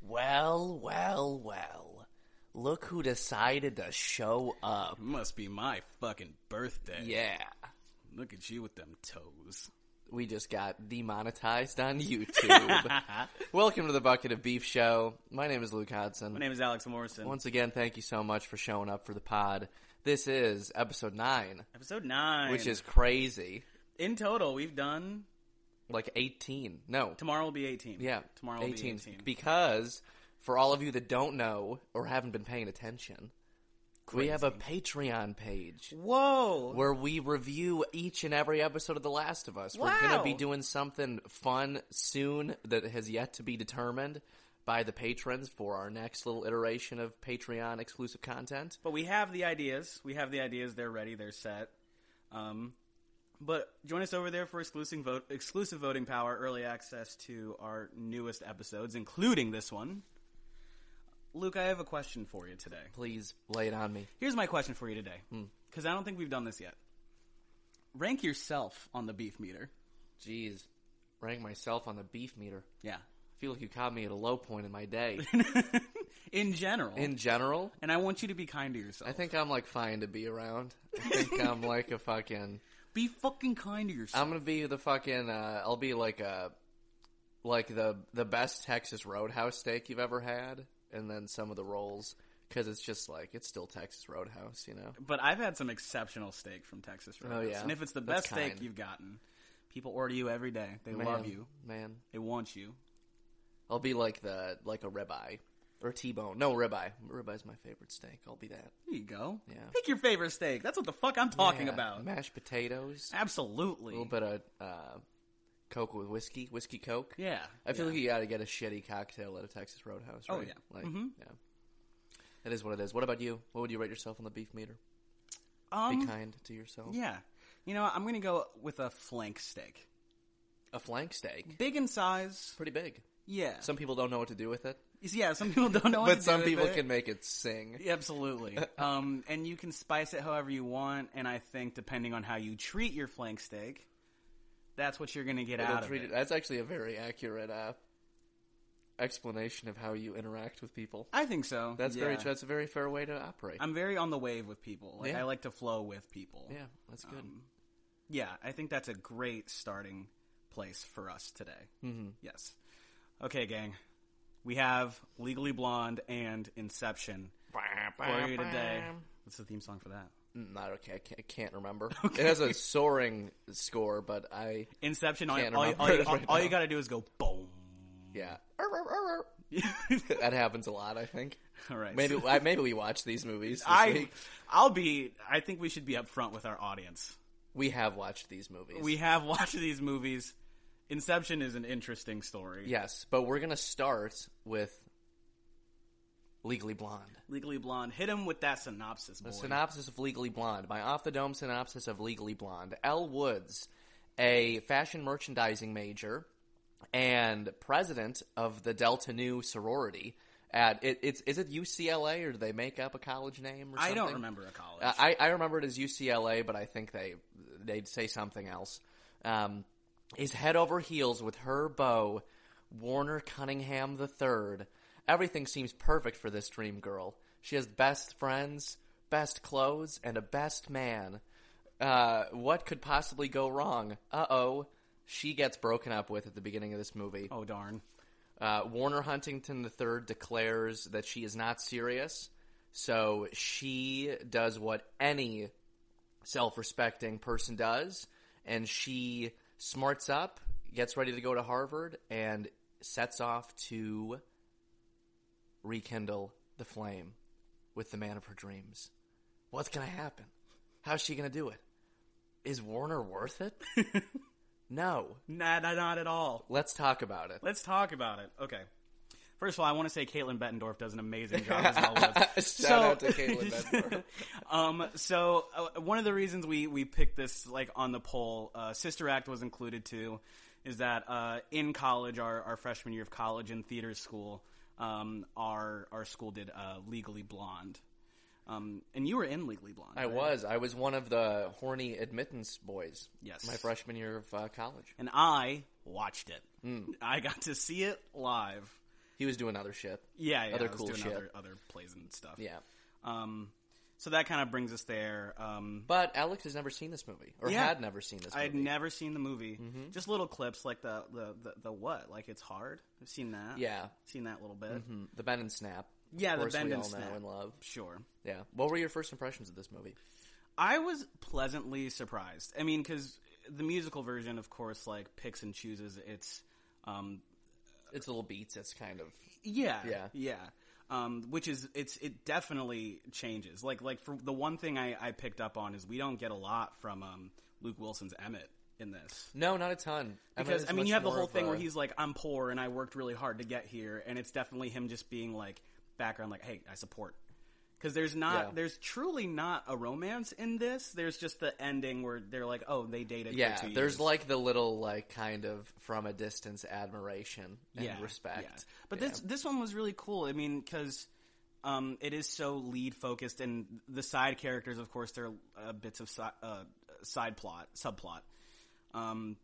Well, well, well. Look who decided to show up. Must be my fucking birthday. Yeah. Look at you with them toes. We just got demonetized on YouTube. Welcome to the Bucket of Beef Show. My name is Luke Hodson. My name is Alex Morrison. Once again, thank you so much for showing up for the pod. This is episode 9, Episode 9. which is crazy. in total, we've done. Like 18. No. Tomorrow will be 18. Yeah. Tomorrow will be 18. Because for all of you that don't know or haven't been paying attention, we have a Patreon page Whoa. where we review each and every episode of The Last of Us. We're going to be Wow. doing something fun soon that has yet to be determined by the patrons for our next little iteration of Patreon exclusive content. But we have the ideas. We have the ideas. They're ready. They're set. Um, but join us over there for exclusive vote, exclusive voting power, early access to our newest episodes, including this one. Luke, I have a question for you today. Please lay it on me. Here's my question for you today, Hmm. because I don't think we've done this yet. Rank yourself on the beef meter. Jeez. Rank myself on the beef meter. Yeah, I feel like you caught me at a low point in my day. in general. in general, and I want you to be kind to yourself. I think I'm like fine to be around. I think I'm like a fucking. be fucking kind to yourself. I'm gonna be the fucking. Uh, I'll be like a, like the the best Texas Roadhouse steak you've ever had, and then some of the rolls because it's just like it's still Texas Roadhouse, you know. but I've had some exceptional steak from Texas Roadhouse, Oh, yeah. and if it's the That's best steak kind. you've gotten, people order you every day. They love Man, you. man. They want you. I'll be like the like a ribeye or T-bone. No ribeye. Ribeye's my favorite steak. I'll be that. There you go. Yeah. Pick your favorite steak. That's what the fuck I'm talking Yeah, about. mashed potatoes, Absolutely. a little bit of uh, Coke with whiskey, whiskey Coke. Yeah. I feel like you got to get a shitty cocktail at a Texas Roadhouse. Right? Oh, yeah. like yeah, that is what it is. What about you? What would you rate yourself on the beef meter? Be Um, kind to yourself. yeah. You know, I'm gonna go with a flank steak, A flank steak, big in size. pretty big. Yeah. Some people don't know what to do with it, Yeah, some people don't know. what to but do some with people it. can make it sing. Absolutely. um, and you can spice it however you want. And I think depending on how you treat your flank steak, that's what you're going to get It'll out of treat it. it- That's actually a very accurate uh, explanation of how you interact with people. I think so. That's yeah. very that's a very fair way to operate. I'm very on the wave with people. Like Yeah. I like to flow with people. yeah, that's good. um, Yeah, I think that's a great starting place for us today. Mm-hmm. Yes. Okay, gang. We have Legally Blonde and Inception for you today. What's the theme song for that? Mm, Not okay. I can't, I can't remember. It has a soaring score, but I Inception. All, Can't all, you- all you- remember it right all you now. got to do is go boom. yeah. Arr, arr, arr, arr. that happens a lot, I think. All right. Maybe I, maybe we watch these movies. This I, week. I'll be. I think we should be upfront with our audience. we have watched these movies. We have watched these movies. Inception is an interesting story. yes, but we're gonna start with Legally Blonde. Legally Blonde. Hit him with that synopsis, boy. The synopsis of Legally Blonde. My off the dome synopsis of Legally Blonde. Elle Woods, a fashion merchandising major and president of the Delta Nu sorority. At it, it's is it UCLA or do they make up a college name? Or I something? Uh, don't remember a college. I, I remember it as UCLA, but I think they they'd say something else. Um, is head over heels with her beau, Warner Cunningham III. Everything seems perfect for this dream girl. She has best friends, best clothes, and a best man. Uh, what could possibly go wrong? Uh oh. She gets broken up with at the beginning of this movie. oh darn. Uh, Warner Huntington III declares that she is not serious, so she does what any self respecting person does, and she smarts up, gets ready to go to Harvard, and sets off to rekindle the flame with the man of her dreams. What's going to happen? How's she going to do it? Is Warner worth it? no. Nah, nah, not at all. Let's talk about it. Let's talk about it. Okay. First of all, I want to say Caitlin Bettendorf does an amazing job as Elle Woods. Shout out to Caitlin Bedford. Um, so uh, one of the reasons we we picked this like on the poll, uh, Sister Act was included too, is that uh, in college, our, our freshman year of college in theater school, um, our our school did uh, Legally Blonde, um, and you were in Legally Blonde. I right? was. I was one of the horny admittance boys. Yes. My freshman year of uh, college. Hmm. and I watched it. I got to see it live. He was doing other shit. Yeah, yeah. Other I was cool doing shit. Other, other plays and stuff. Yeah. Um, so that kind of brings us there. Um, But Alex has never seen this movie, or Yeah. had never seen this I had movie. Mm-hmm. never seen the movie. Just little clips like the, the, the, the what? Like it's hard. I've seen that. yeah, Seen that little bit. Mhm. the bend and snap. Yeah, of the course bend we and all snap. know and love. Sure. Yeah. What were your first impressions of this movie? I was pleasantly surprised. I mean, because the musical version, of course, like picks and chooses its, um, It's little beats. It's kind of yeah, Yeah. yeah. Um, which is it's it definitely changes. Like like for the one thing I, I picked up on is we don't get a lot from um, Luke Wilson's Emmett in this. no, not a ton. Because it's I mean, much you have the more whole of thing where a- he's like, "I'm poor and I worked really hard to get here," and it's definitely him just being like background, like, "Hey, I support." Because there's not, Yeah. there's truly not a romance in this. There's just the ending where they're like, "Oh, they dated." yeah. for two There's years." like the little like kind of from a distance admiration and yeah, respect. yeah. But Yeah. this this one was really cool. I mean, because um, it is so lead focused, and the side characters, of course, they're uh, bits of si- uh, side plot, subplot. Um,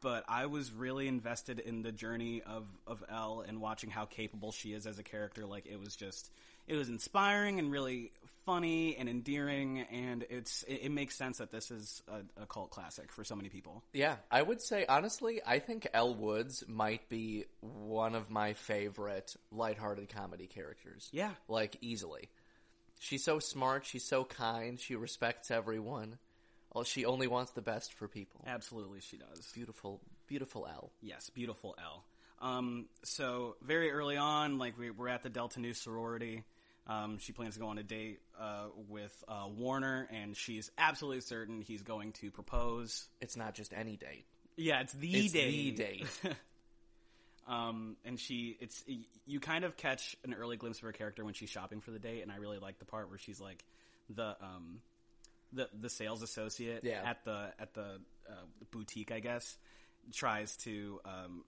but I was really invested in the journey of of Elle and watching how capable she is as a character. Like it was just, it was inspiring and really funny and endearing, and it's it, it makes sense that this is a, a cult classic for so many people. Yeah, I would say honestly, I think Elle Woods might be one of my favorite lighthearted comedy characters. Yeah, Like easily. She's so smart, she's so kind, she respects everyone. Oh, She only wants the best for people. absolutely, she does. Beautiful, beautiful Elle. Yes, beautiful L. Um, so very early on, like we, we're at the Delta Nu sorority. Um, she plans to go on a date uh, with uh, Warner, and she's absolutely certain he's going to propose. It's not just any date. Yeah, it's the It's date. the date. Um, and she, it's you kind of catch an early glimpse of her character when she's shopping for the date, and I really like the part where she's like the um the the sales associate Yeah. at the at the uh, boutique, I guess, tries to um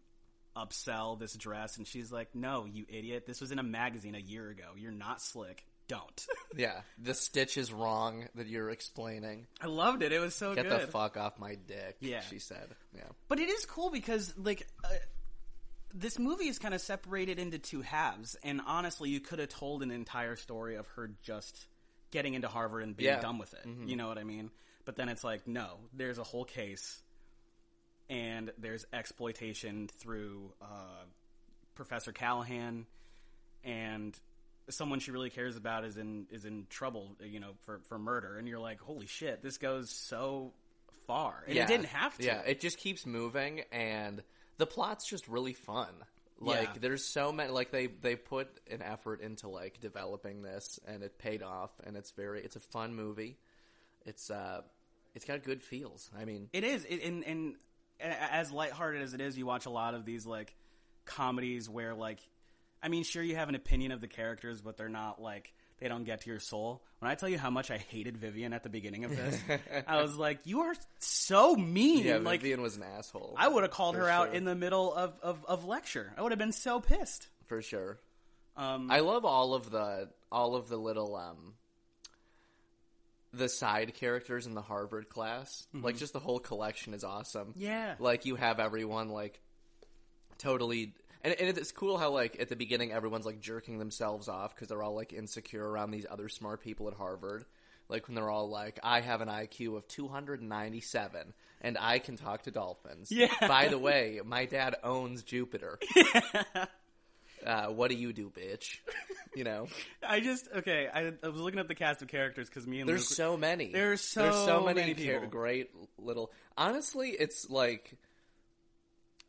upsell this dress, and she's like, "No, you idiot! This was in a magazine a year ago. You're not slick. Don't." yeah, the stitch is wrong that you're explaining. I loved it. It was so Get good. the fuck off my dick. Yeah. she said. Yeah, But it is cool because like uh, this movie is kind of separated into two halves, and honestly, you could have told an entire story of her just getting into Harvard and being Yeah. Mm-hmm. done with it. You know what I mean? But then it's like, no, there's a whole case, and there's exploitation through uh, Professor Callahan, and someone she really cares about is in is in trouble, you know, for for murder. And you're like, holy shit, this goes so far, and yeah. it didn't have to. Yeah, it just keeps moving, and the plot's just really fun. Like Yeah. there's so many. Like they they put an effort into like developing this, and it paid off. And it's very it's a fun movie. It's uh, it's got good feels. I mean, It is, it, and and a- as lighthearted as it is, you watch a lot of these like comedies where like, I mean, sure you have an opinion of the characters, but they're not like they don't get to your soul. When I tell you how much I hated Vivian at the beginning of this, I was like, you are so mean. yeah, like Vivian was an asshole. I would have called her for out sure. in the middle of of, of lecture. I would have been so pissed. for sure. Um, I love all of the all of the little um the side characters in the Harvard class. Mm-hmm. Like just the whole collection is awesome. Yeah. Like you have everyone like totally and, and it's cool how like at the beginning everyone's like jerking themselves off because they're all like insecure around these other smart people at Harvard. Like when they're all like, I have an IQ of 297 and I can talk to dolphins. Yeah. By the way, my dad owns Jupiter. Uh, what do you do, bitch? You know, I just okay. I, I was looking at the cast of characters because me and there's Luke- so many. There's so many char- people. great little. Honestly, it's like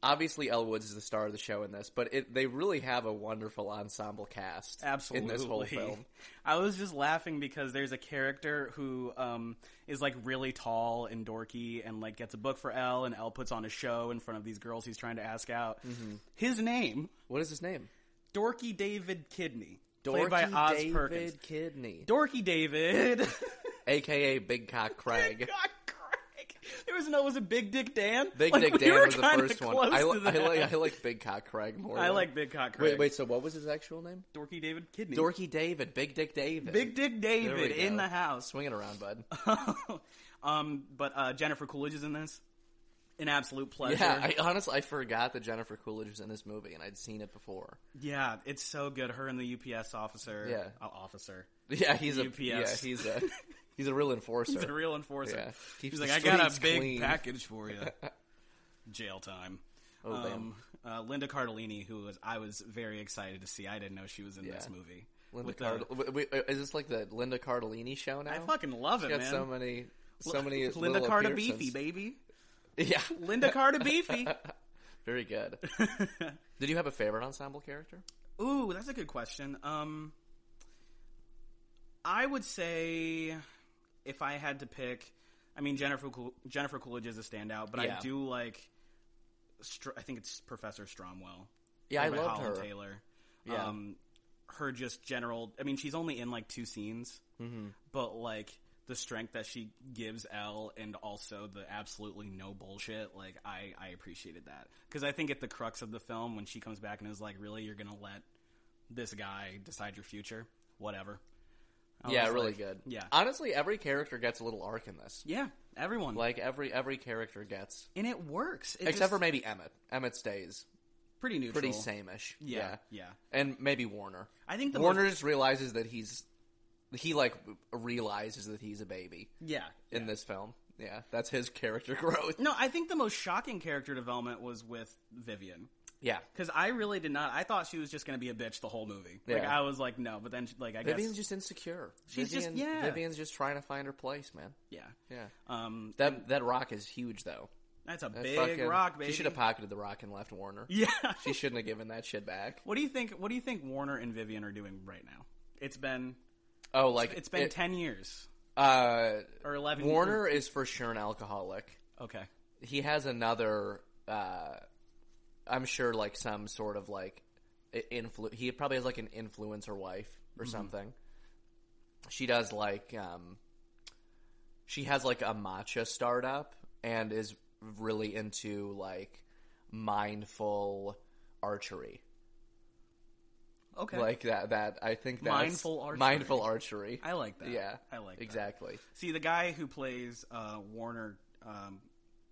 obviously Elwoods is the star of the show in this, but it, they really have a wonderful ensemble cast Absolutely. in this whole film. I was just laughing because there's a character who um, is like really tall and dorky and like gets a book for Elle and Elle puts on a show in front of these girls he's trying to ask out. Mm-hmm. His name, What is his name? Dorky David Kidney. Dorothy played by Oz David Perkins. Kidney, Dorky David. aka Big Cock Craig. God, Craig. There was no, was it Big Dick Dan? Big Like, Dick we Dan were was the kinda first one. close I, to li- I, that. like, I like Big Cock Craig more. I though. like Big Cock Craig. Wait, wait. So what was his actual name? Dorky David Kidney. Dorky David, Big Dick David, Big Dick There we David in go. the house. Swing it around, bud. um, but uh, Jennifer Coolidge is in this. an absolute pleasure. Yeah, I honestly I forgot that Jennifer Coolidge was in this movie, and I'd seen it before. Yeah, it's so good. Her and the UPS officer. Yeah. uh, officer. Yeah, he's a UPS. yeah, he's a he's a real enforcer. He's a real enforcer. Yeah. Keeps He's the like, I got streets a big clean." package for you. Jail time. Oh, damn. um, uh, Linda Cardellini, who was I was very excited to see. I didn't know she was in this Yeah. movie. Linda With the- Card- w- w- is this like the Linda Cardellini show now? I fucking love it, got man. so many, so many Linda little Carter appearances. Beefy, baby. Yeah, Linda Carter Beefy. very good. Did you have a favorite ensemble character? Ooh, that's a good question. Um, I would say if I had to pick, I mean Jennifer Cool- Jennifer Coolidge is a standout, but Yeah. I do like. Str- I think it's Professor Stromwell. Yeah, I played by loved Holland her. Taylor. Yeah. Um, her just general. I mean, she's only in like two scenes, Mm-hmm. but like the strength that she gives L, and also the absolutely no bullshit. Like I, I appreciated that because I think at the crux of the film when she comes back and is like, "Really, you're gonna let this guy decide your future? Whatever." I Yeah, was really like- good. Yeah, honestly, every character gets a little arc in this. yeah, everyone Like every every character gets, and it works. It except just- for maybe Emmett. Emmett stays pretty neutral, pretty sameish. Yeah, yeah. and maybe Warner. I think the Warner just realizes that he's he like realizes that he's a baby Yeah, in this film. Yeah, that's his character growth. No, I think the most shocking character development was with Vivian. Yeah, Because I really did not. I thought she was just going to be a bitch the whole movie. Like Yeah. I was like, no. But then, like I Vivian's guess, just insecure. She's just- Vivian, yeah. Vivian's just trying to find her place, man. yeah. Yeah, Um, that that rock is huge though. that's a That big fucking- rock, baby. She should have pocketed the rock and left Warner. yeah. She shouldn't have given that shit back. what do you think? What do you think Warner and Vivian are doing right now? It's been Oh, like it's been it- ten years uh, or eleven. Warner is for sure an alcoholic. Okay. He has another. Uh, I'm sure, like some sort of like i- influ. He probably has like an influencer wife or Mm-hmm. something. She does like um, she has like a matcha startup and is really into like mindful archery. Okay. like that that I think that's Mindful archery. mindful archery. I like that. yeah, I like that. exactly. See the guy who plays uh, Warner, um,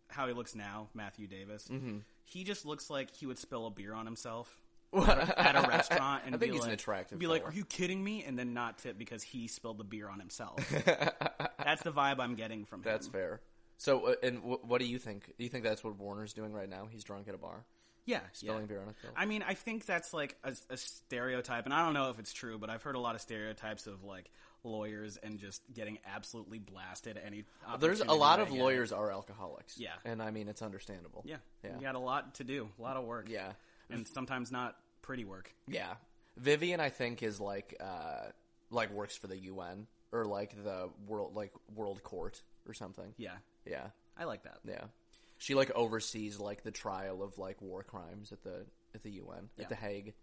how he looks now, Matthew Davis. Mm-hmm. He just looks like he would spill a beer on himself. at a restaurant and I think be he's like, an attractive. be like, fella. "Are you kidding me?" and then not tip because he spilled the beer on himself. that's the vibe I'm getting from him. that's fair. So, uh, and w- what do you think? Do you think that's what Warner's doing right now? He's drunk at a bar, yeah, spilling yeah. beer on a film. I mean, I think that's like a, a stereotype, and I don't know if it's true, but I've heard a lot of stereotypes of like lawyers and just getting absolutely blasted. Any There's a opportunity lot they of get. lawyers are alcoholics. Yeah. and I mean it's understandable. Yeah, Yeah. you got a lot to do, a lot of work. yeah, and sometimes not pretty work. yeah. Vivian, I think, is like uh like works for the UN or like the world like World Court or something. Yeah, Yeah. I like that. Yeah. She like oversees like the trial of like war crimes at the at the UN Yeah. at the Hague.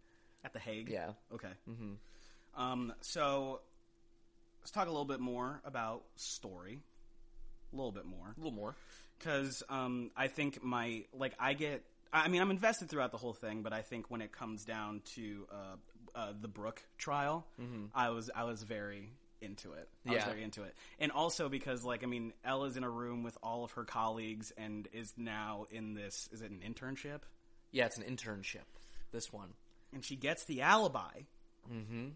At the Hague. Yeah. Okay. Um, so let's talk a little bit more about story. A little bit A more. little more. Because um, I think my, like, I get, I I mean, I'm invested throughout the whole thing, but I think when it comes down to uh, uh, the Brooke trial, I was, I was very into it. I was Yeah. very into it. And also because, like, I mean, Ella's in a room with all of her colleagues and is now in this, is it an internship? Yeah, it's an internship. This one. and she gets the alibi. Mm-hmm.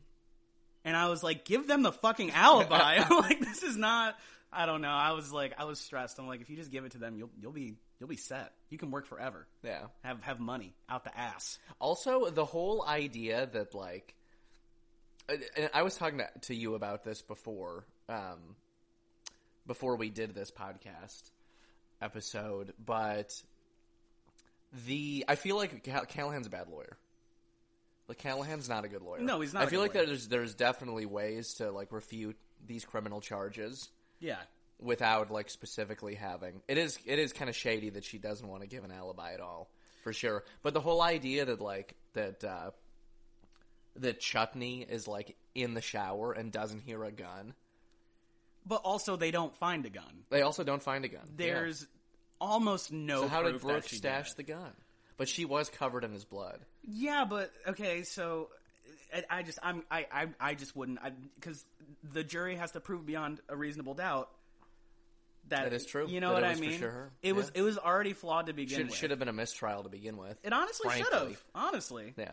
And I was like, give them the fucking alibi. I'm like, this is not. I don't know. I was like, I was stressed. I'm like, if you just give it to them, you'll you'll be you'll be set. You can work forever. Yeah. Have have money out the ass. Also, the whole idea that like, and I was talking to, to you about this before, um, before we did this podcast episode, but the I feel like Cal- Callahan's a bad lawyer. Like Callahan's not a good lawyer. No, he's not I a feel good like lawyer. there's there's definitely ways to like refute these criminal charges Yeah. without like specifically having it is it is kind of shady that she doesn't want to give an alibi at all for sure but the whole idea that like that uh that chutney is like in the shower and doesn't hear a gun But also, they don't find a gun. they also don't find a gun Yeah. There's almost no. so how did proof that brooke she did stash it. the gun but she was covered in his blood Yeah, but okay, so I, I just I'm I I, I just wouldn't because the jury has to prove beyond a reasonable doubt That is true. You know That what it I was for mean? sure her. It was Yeah. it was already flawed to begin Should with. should have been a mistrial to begin with. it honestly should frankly. have. Honestly. Yeah,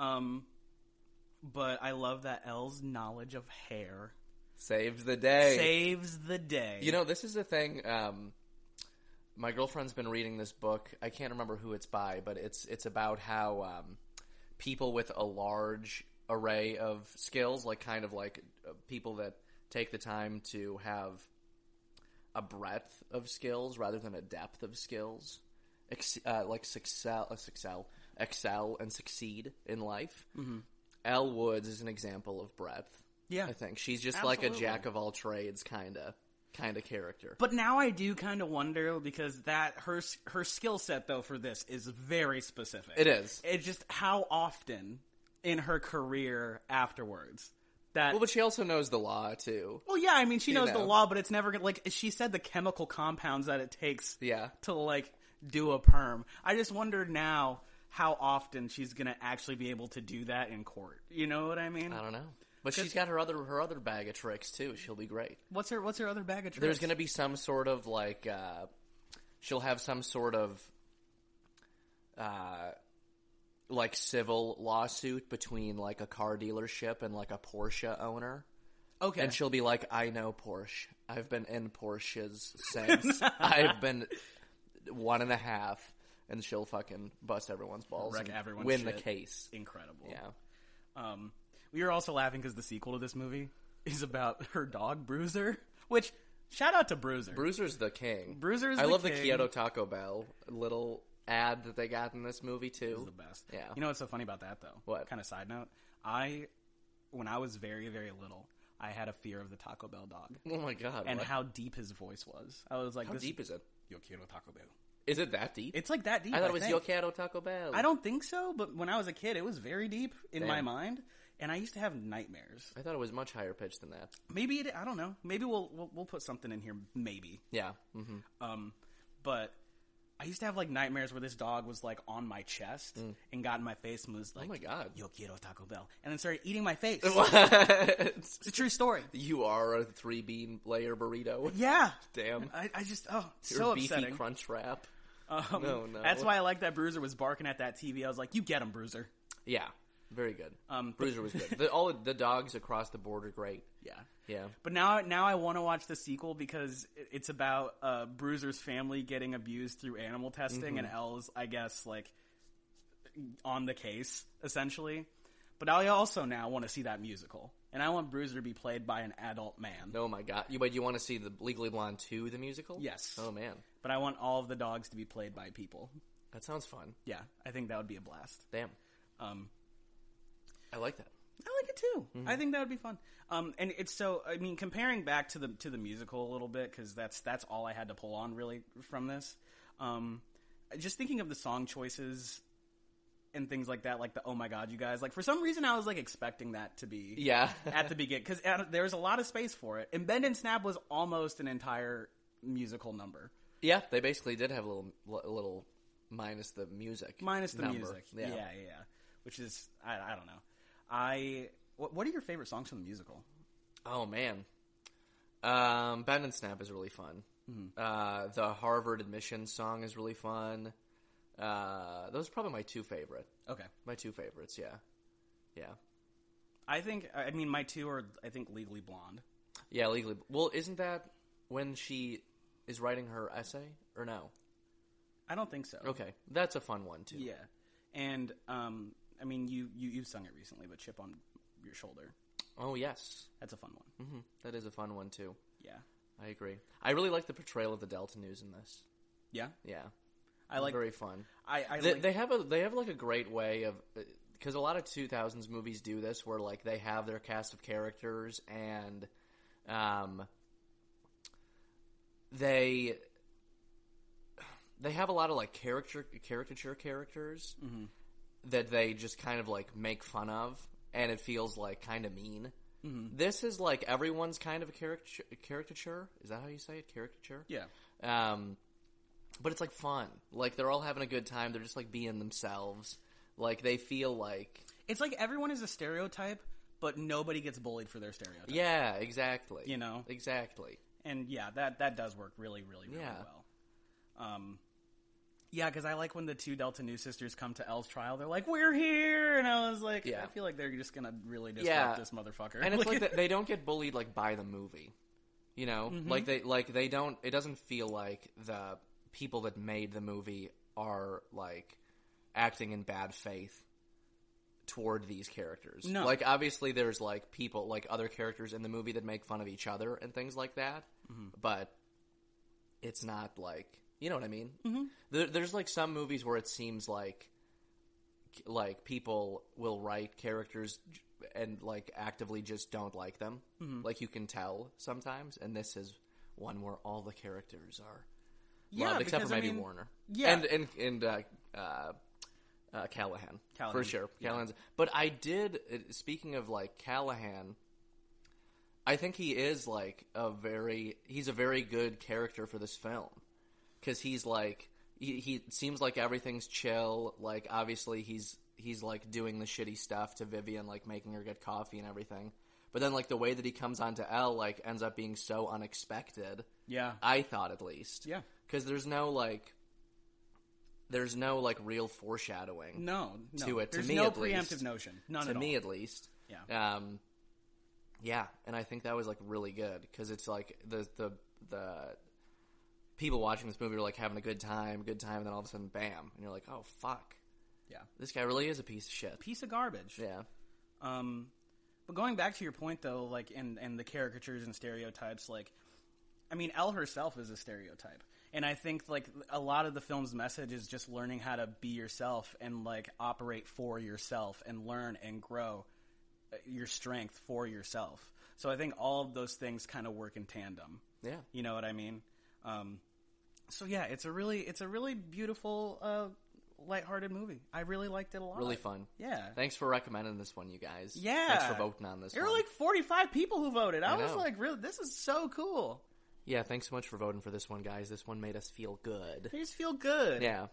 Um but I love that Elle's knowledge of hair saves the day. saves the day. You know, this is the thing. Um, my girlfriend's been reading this book. I can't remember who it's by, but it's it's about how um, people with a large array of skills, like kind of like uh, people that take the time to have a breadth of skills rather than a depth of skills, ex- uh, like excel, uh, excel, excel, and succeed in life. Mm-hmm. Elle Woods is an example of breadth. Yeah. I think she's just like a Absolutely. jack of all trades kind of kind of character. But now I do kind of wonder because that her her skill set though for this is very specific. It is. It's just how often in her career afterwards that Well, but she also knows the law too. Well, yeah, I mean, she knows know. the law, but it's never gonna like she said the chemical compounds that it takes Yeah. to like do a perm. I just wonder now how often she's gonna actually be able to do that in court. You know what I mean? I don't know. But she's got her other her other bag of tricks too. She'll be great. what's her What's her other bag of tricks? There's going to be some sort of like uh she'll have some sort of uh like civil lawsuit between like a car dealership and like a Porsche owner. okay. And she'll be like, I know Porsche. I've been in Porsches since I've been one and a half. And she'll fucking bust everyone's balls Wreck and everyone's win the shit. case. Incredible. Yeah. Um, we were also laughing because the sequel to this movie is about her dog Bruiser, which shout out to Bruiser. Bruiser's the king. Bruiser's I the love king. the Kyoto Taco Bell little ad that they got in this movie too. the best. Yeah. You know what's so funny about that though? What? Kind of side note. I, when I was very very little, I had a fear of the Taco Bell dog oh my god. and what? how deep his voice was. I was like, How this, deep is it? Yo quiero Taco Bell. Is it that deep? It's like that deep. I thought it was think. Yo Quiero Taco Bell. I don't think so, but when I was a kid, it was very deep in my Damn. mind, and I used to have nightmares. I thought it was much higher pitched than that. Maybe it. I don't know. Maybe we'll we'll, we'll put something in here. Maybe. Yeah. hmm Um, but I used to have like nightmares where this dog was like on my chest and got in my face and was like, Mm. Oh my God. Yo quiero Taco Bell," and then started eating my face. What? it's a true story. you are a three bean layer burrito. Yeah. Damn. I, I just oh Your so beefy upsetting. crunch wrap. Um, No, no. That's why I like that Bruiser was barking at that TV. I was like, "You get him, Bruiser." Yeah, very good. Um, but- Bruiser was good. The, all of the dogs across the board are great. Yeah. Yeah, But now, now I want to watch the sequel because it- it's about uh, Bruiser's family getting abused through animal testing, and Elle's, I guess, like on the case essentially. But I also now want to see that musical, and I want Bruiser to be played by an adult man. Oh my god! You but you want to see the Legally Blonde two, the musical? Yes. Oh man, But I want all of the dogs to be played by people. that sounds fun. Yeah, I think that would be a blast. Damn, Um, I like that. I like it too. Mm-hmm. I think that would be fun. Um, and it's so. I mean, comparing back to the to the musical a little bit because that's that's all I had to pull on really from this. Um, just thinking of the song choices and things like that, like the "Oh my God, you guys!" Like for some reason, I was like expecting that to be Yeah, at the beginning because there was a lot of space for it. And Bend and Snap was almost an entire musical number, yeah. They basically did have a little, a little minus the music, minus the number. music. Yeah. yeah, yeah. yeah. Which is I, I don't know. I what, what are your favorite songs from the musical? Oh man, um, Bend and Snap is really fun. Mm-hmm. Uh, the Harvard admissions song is really fun. Uh, those are probably my two favorite. Okay. My two favorites. Yeah, yeah, I think I mean my two are I think Legally Blonde. yeah. Legally, well, isn't that when she is writing her essay or no? I don't think so. Okay, that's a fun one too. Yeah, and um, I mean you you you sung it recently, but Chip on Your Shoulder. Oh yes, That's a fun one. hmm That is a fun one too. Yeah, I agree. I really like the portrayal of the Delta News in this. yeah. Yeah, I like. very fun. I I They, like, they have a they have like a great way of because a lot of two thousands movies do this where like they have their cast of characters and um they they have a lot of like character caricature characters Mm-hmm. that they just kind of like make fun of and it feels like kind of mean. Mm-hmm. This is like everyone's kind of a caricature. Caricature is that how you say it? Caricature. yeah. Um, but it's like fun. Like they're all having a good time. They're just like being themselves. Like they feel like It's like everyone is a stereotype, but nobody gets bullied for their stereotype. yeah, exactly. You know? exactly. and yeah, that that does work really, really, really Yeah. well. Um, yeah, because I like when the two Delta New sisters come to Elle's trial. They're like, "We're here," and I was like, Yeah. "I feel like they're just gonna really disrupt Yeah. this motherfucker." and it's like that they don't get bullied like by the movie you know Mm-hmm. like they like they don't it doesn't feel like the people that made the movie are like acting in bad faith toward these characters No. like obviously there's like people like other characters in the movie that make fun of each other and things like that but it's not like you know what i mean mm-hmm. there, there's like some movies where it seems like like people will write characters j- and like actively just don't like them. Like you can tell sometimes, and this is one where all the characters are Yeah, loved, except because, for I maybe mean, Warner. yeah. and and and uh, uh, uh, Callahan, for Callahan, sure. Callahan's, but I did. uh, Speaking of like Callahan, I think he is like a very he's a very good character for this film because he's like he, he seems like everything's chill. Like obviously he's he's like doing the shitty stuff to Vivian, like making her get coffee and everything. But then like the way that he comes onto L like ends up being so unexpected. yeah, I thought at least. Yeah. Because there's no like, there's no like real foreshadowing no, no. To it, to There's me no at least. preemptive notion. None to at me all. at least. Yeah. Um. Yeah, and I think that was like really good because it's like the the the people watching this movie are like having a good time, good time, and then all of a sudden, bam, and you're like, oh fuck, Yeah, this guy really is a piece of shit. piece of garbage. Yeah. Um, but going back to your point though, like and and the caricatures and stereotypes, like I mean, Elle herself is a stereotype, and I think like a lot of the film's message is just learning how to be yourself and like operate for yourself and learn and grow uh, your strength for yourself. So I think all of those things kind of work in tandem. Yeah. You know what I mean? Um, so yeah, it's a really it's a really beautiful, uh, lighthearted movie. I really liked it a lot. Really fun. Yeah. Thanks for recommending this one, you guys. Yeah. Thanks for voting on this There were one. like 45 people who voted. I, I was know. like, really, this is so cool. yeah, thanks so much for voting for this one, guys. This one made us feel good. They just feel good. Yeah.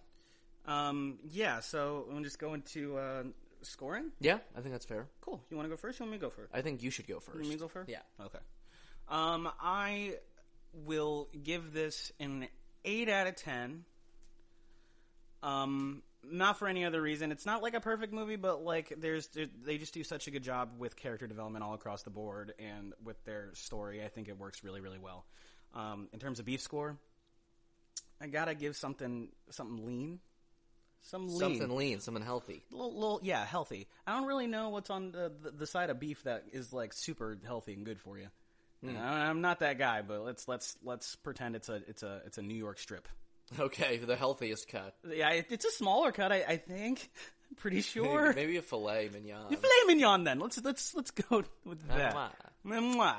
Um, yeah, so I'm just going to uh, scoring. Yeah, I think that's fair. Cool. You want to go first? You want me to go first? I think you should go first. You want me to go first? Yeah. Okay. Um, I will give this an 8 out of 10. Um, not for any other reason. It's not like a perfect movie, but like there's they just do such a good job with character development all across the board and with their story. I think it works really really well. Um, in terms of beef score, I gotta give something something lean, some lean, Something lean, something healthy. little, little yeah, healthy. I don't really know what's on the, the, the side of beef that is like super healthy and good for you. Mm. I, I'm not that guy, but let's let's let's pretend it's a it's a it's a New York strip. Okay, the healthiest cut. Yeah, it, it's a smaller cut, I, I think. I'm pretty sure. Maybe, maybe a filet mignon. Filet mignon, then. Let's let's let's go with that. Mwah. Mwah.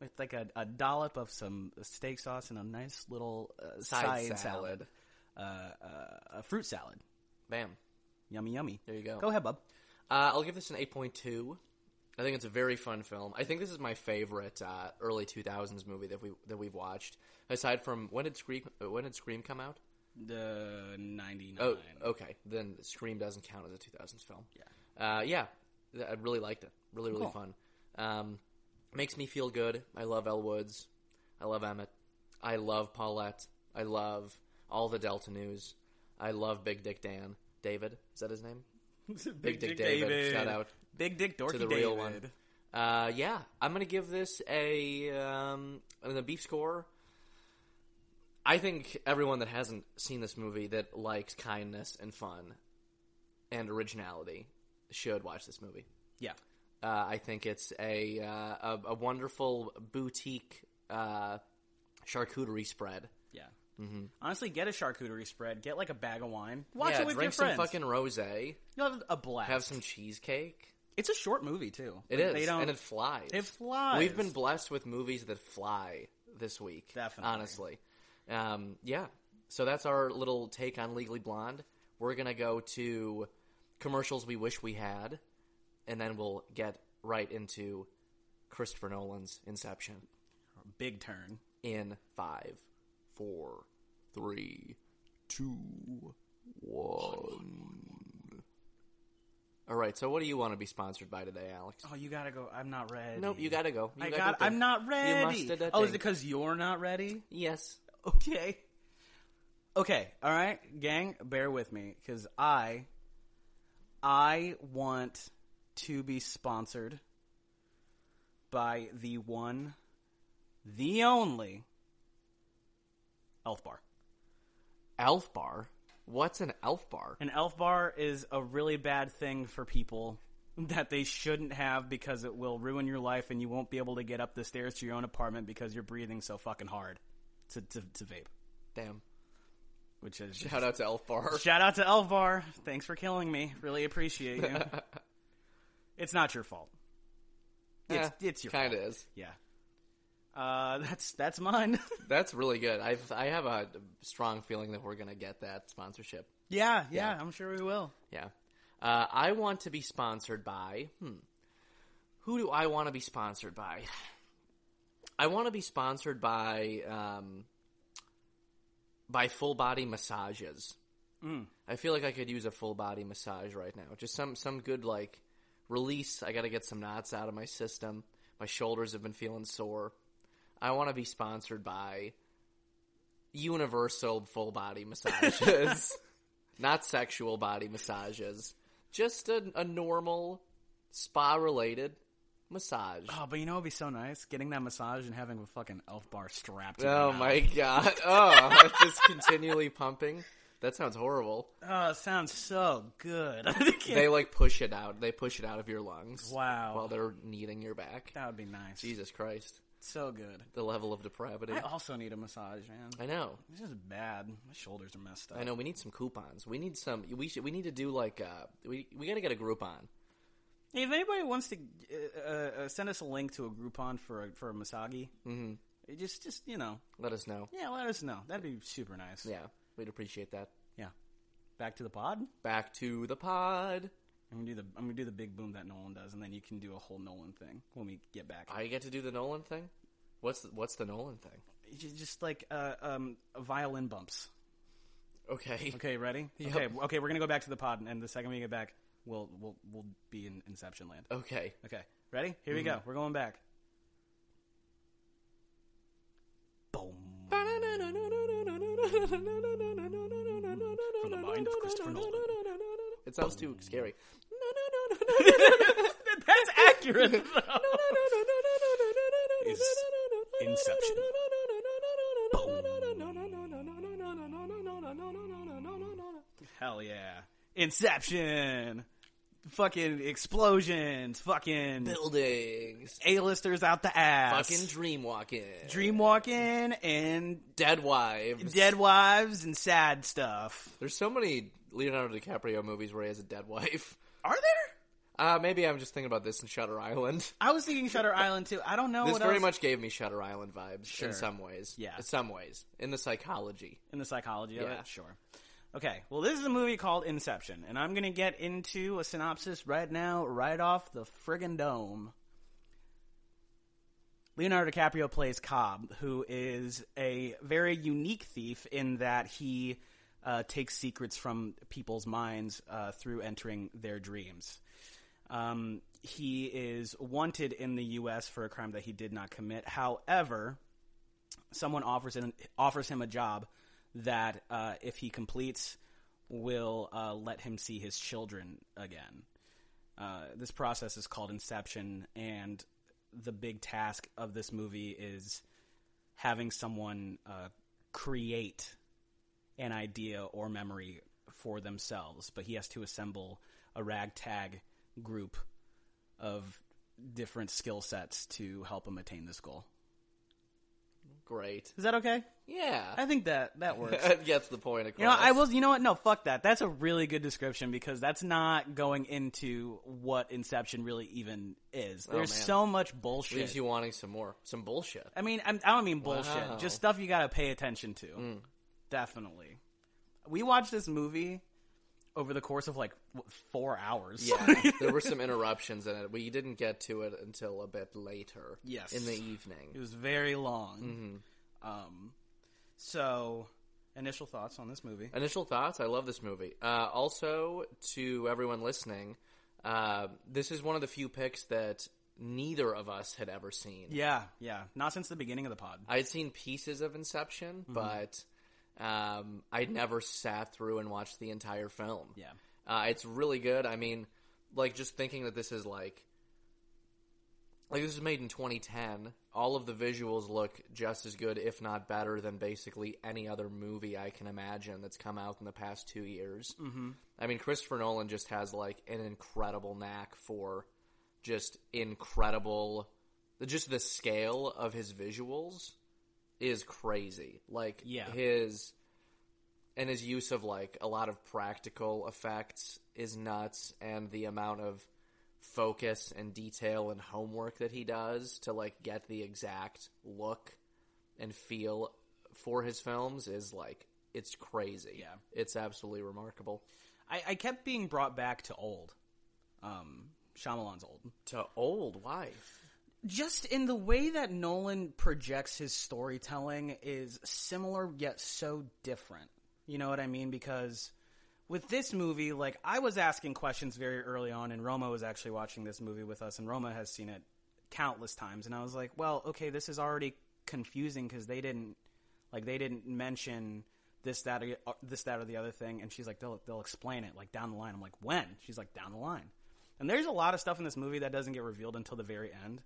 With like a, a dollop of some steak sauce and a nice little uh, side, salad, salad. Uh, uh, a fruit salad. Bam. Yummy, yummy. There you go. Go ahead, bub. Uh, I'll give this an 8.2. I think it's a very fun film. I think this is my favorite uh, early 2000s movie that we that we've watched. Aside from when did Scream uh, when did Scream come out? The ninety nine. Oh, okay. Then Scream doesn't count as a 2000s film. Yeah. Uh, yeah. Th- I really liked it. Really, really Cool. fun. Um, makes me feel good. I love Elle Woods. I love Emmett. I love Paulette. I love all the Delta News. I love Big Dick Dan. David, is that his name? Big Dick David, shout out Big Dick Dorky To the David. real one. Uh, yeah. I'm going to give this a, um, the beef score. I think everyone that hasn't seen this movie that likes kindness and fun and originality should watch this movie. Yeah. Uh, I think it's a, uh, a a wonderful boutique uh, charcuterie spread. Yeah. Mm-hmm. Honestly, get a charcuterie spread. Get like a bag of wine. Watch yeah, it with drink your some friends. fucking rosé, You'll have a blast. have some cheesecake. It's a short movie too. It Like, is, They don't. and it flies. It flies. We've been blessed with movies that fly this week. Definitely. honestly, um, yeah. So that's our little take on Legally Blonde. We're gonna go to commercials we wish we had, and then we'll get right into Christopher Nolan's Inception. big turn. in five, four, three, two, one. All right, so what do you want to be sponsored by today, Alex? Oh, you gotta go. I'm not ready. Nope, you gotta go. You I gotta got. go. I'm not ready. must do oh, is nothing. it because you're not ready? Yes. Okay. Okay. All right, gang. Bear with me, because I, I want to be sponsored by the one, the only, Elf Bar. Elf bar. What's an elf bar? An elf bar is a really bad thing for people that they shouldn't have because it will ruin your life and you won't be able to get up the stairs to your own apartment because you're breathing so fucking hard to, to, to vape. Damn. Which is Shout out to elf bar. shout out to Elf Bar. Thanks for killing me. Really appreciate you. it's not your fault. It's, it's your kind of is. yeah. Uh, that's that's mine. That's really good. I I have a strong feeling that we're gonna get that sponsorship. yeah, yeah, I'm sure we will. Yeah. Uh, I want to be sponsored by. Hmm. Who do I want to be sponsored by? I want to be sponsored by um, by full body massages. I feel like I could use a full body massage right now. Just some some good like release. I got to get some knots out of my system. My shoulders have been feeling sore. I want to be sponsored by Universal full body massages. Not sexual body massages. Just a, a normal spa related massage. Oh, but you know it'd be so nice getting that massage and having a fucking Elf Bar strapped. to your Oh mouth. my god. Oh, it's just continually pumping. That sounds horrible. Oh, it sounds so good. I can't- They like push it out. They push it out of your lungs. Wow. While they're kneading your back. That would be nice. Jesus Christ. So good. The level of depravity. I also need a massage, man. I know. This is bad. My shoulders are messed up. I know we need some coupons. We need some we should we need to do like uh we we got to get a group on. Hey, if anybody wants to uh, uh, send us a link to a Groupon for a, for a masagi, mm-hmm. just just you know, Let us know. yeah, let us know. That'd be super nice. Yeah. We'd appreciate that. Yeah. Back to the pod. I'm Back to the pod. gonna do the I'm gonna do the big boom that Nolan does, and then you can do a whole Nolan thing when we get back. I get to do the Nolan thing? What's the, what's the Nolan thing? J- just like uh, um, violin bumps. Okay. Okay, ready? Okay, okay. We're gonna go back to the pod, and the second we get back, we'll we'll we'll be in Inception land. Okay. Okay, ready? Here we go. We're going back. Boom. From the mind of Christopher Nolan. It sounds too scary. That's accurate. though. It's Inception. Hell yeah! Inception. Fucking explosions. Fucking Buildings. A-listers out the ass. Fucking dreamwalking. dreamwalking and Dead wives. dead wives and sad stuff. There's so many Leonardo DiCaprio movies where he has a dead wife. Are there? Uh, maybe I'm just thinking about this in Shutter Island. I was thinking Shutter Island too. I don't know This what very else much gave me Shutter Island vibes Sure. in some ways. Yeah. In some ways. In the psychology. in the psychology of Yeah. it. Sure. Okay. Well, this is a movie called Inception, and I'm gonna get into a synopsis right now, right off the friggin' dome. Leonardo DiCaprio plays Cobb, who is a very unique thief in that he uh, takes secrets from people's minds uh, through entering their dreams. Um, he is wanted in the U.S. for a crime that he did not commit. However, someone offers him, offers him a job that, uh, if he completes, will uh, let him see his children again. Uh, this process is called Inception, and the big task of this movie is having someone uh, create an idea or memory for themselves, but he has to assemble a ragtag group of different skill sets to help him attain this goal. Great. Is that okay? Yeah. I think that that works. It gets the point across. You know, I was. You know what? No, fuck that. That's a really good description because that's not going into what Inception really even is. There's Oh, man. so much Leaves bullshit. you wanting some more. Some bullshit. I mean, I'm, I don't mean bullshit. Wow. Mm. Just stuff you got to pay attention to. Definitely. We watched this movie over the course of like what, four hours. Yeah, there were some interruptions in it. We didn't get to it until a bit later. Yes. In the it evening. was very long. Mm-hmm. Um, so initial thoughts on this movie? Initial thoughts I love this movie. Uh, also, to everyone listening, Uh, this is one of the few picks that neither of us had ever seen. Yeah, yeah. Not since the beginning of the pod. I had seen pieces of Inception, but um, I'd never sat through and watched the entire film. Yeah. Uh, it's really good. I mean, like just thinking that this is like, like this is made in 2010. All of the visuals look just as good, if not better, than basically any other movie I can imagine that's come out in the past two years. Mm-hmm. I mean, Christopher Nolan just has like an incredible knack for just incredible, just the scale of his visuals is crazy. Like Yeah. his and his use of like a lot of practical effects is nuts and the amount of focus and detail and homework that he does to like get the exact look and feel for his films is like it's crazy. Yeah. It's absolutely remarkable. I, I kept being brought back to old. Um, Shyamalan's old. To old wife. Just in the way that Nolan projects his storytelling is similar yet so different. You know what I mean? Because with this movie, like I was asking questions very early on, and Roma was actually watching this movie with us, and Roma has seen it countless times, and I was like, well, okay, this is already confusing because they didn't like they didn't mention this that or, uh, this that or the other thing, and she's like, they'll they'll explain it like down the line. I'm like, when? She's like, down the line. And there's a lot of stuff in this movie that doesn't get revealed until the very end,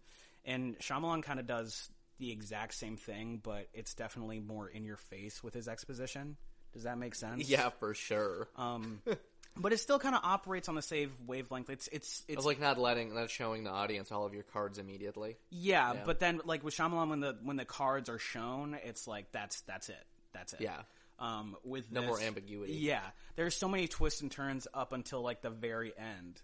and Shyamalan kind of does the exact same thing, but it's definitely more in your face with his exposition. Does that make sense? Yeah, for sure. Um, but it still kind of operates on the same wavelength. It's it's it's It's like not letting, not showing the audience all of your cards immediately. yeah, But then like with Shyamalan, when the when the cards are shown, it's like that's that's it. That's it. Yeah. Um, with No more this- ambiguity. Yeah, there's so many twists and turns up until like the very end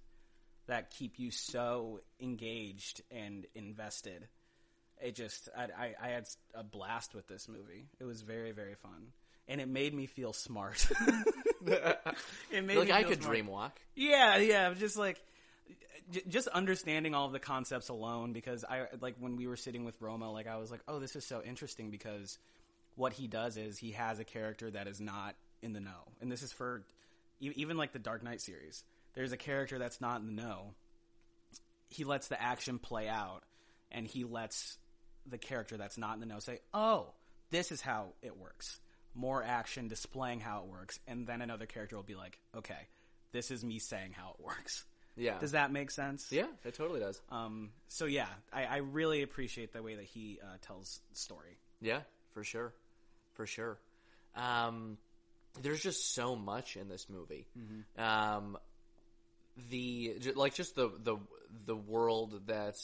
that keep you so engaged and invested. It just, I, I, I had a blast with this movie. It was very, very fun, and it made me feel smart. it made Like me I feel could smart. dream walk. Yeah, yeah, it was just like j- just understanding all of the concepts alone because I like when we were sitting with Roma like I was like, "Oh, this is so interesting because what he does is he has a character that is not in the know." And this is for e- even like the Dark Knight series. There's a character that's not in the know. He lets the action play out and he lets the character that's not in the know say, "Oh, this is how it works." More action displaying how it works, and then another character will be like, "Okay, this is me saying how it works." Yeah. Does that make sense? yeah, it totally does. Um. So yeah, I, I really appreciate the way that he uh, tells story. Yeah, for sure, for sure. Um, there's just so much in this movie. Um, the ju- like just the the the world that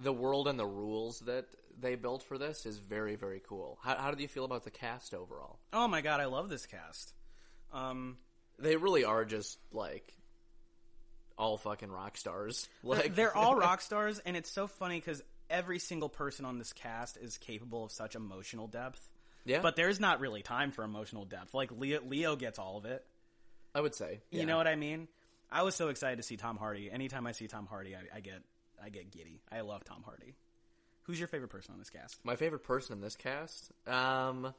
the world and the rules that they built for this is very very cool. How how do you feel about the cast overall? Oh my god, I love this cast. Um, They really are just like all fucking rock stars. Like they're all rock stars, and it's so funny because every single person on this cast is capable of such emotional depth. yeah, But there's not really time for emotional depth. Like Leo, Leo gets all of it. I would say You yeah. know what I mean? I was so excited to see Tom Hardy. Anytime I see Tom Hardy, I, I get I get giddy. I love Tom Hardy. Who's your favorite person on this cast? My favorite person in this cast, um,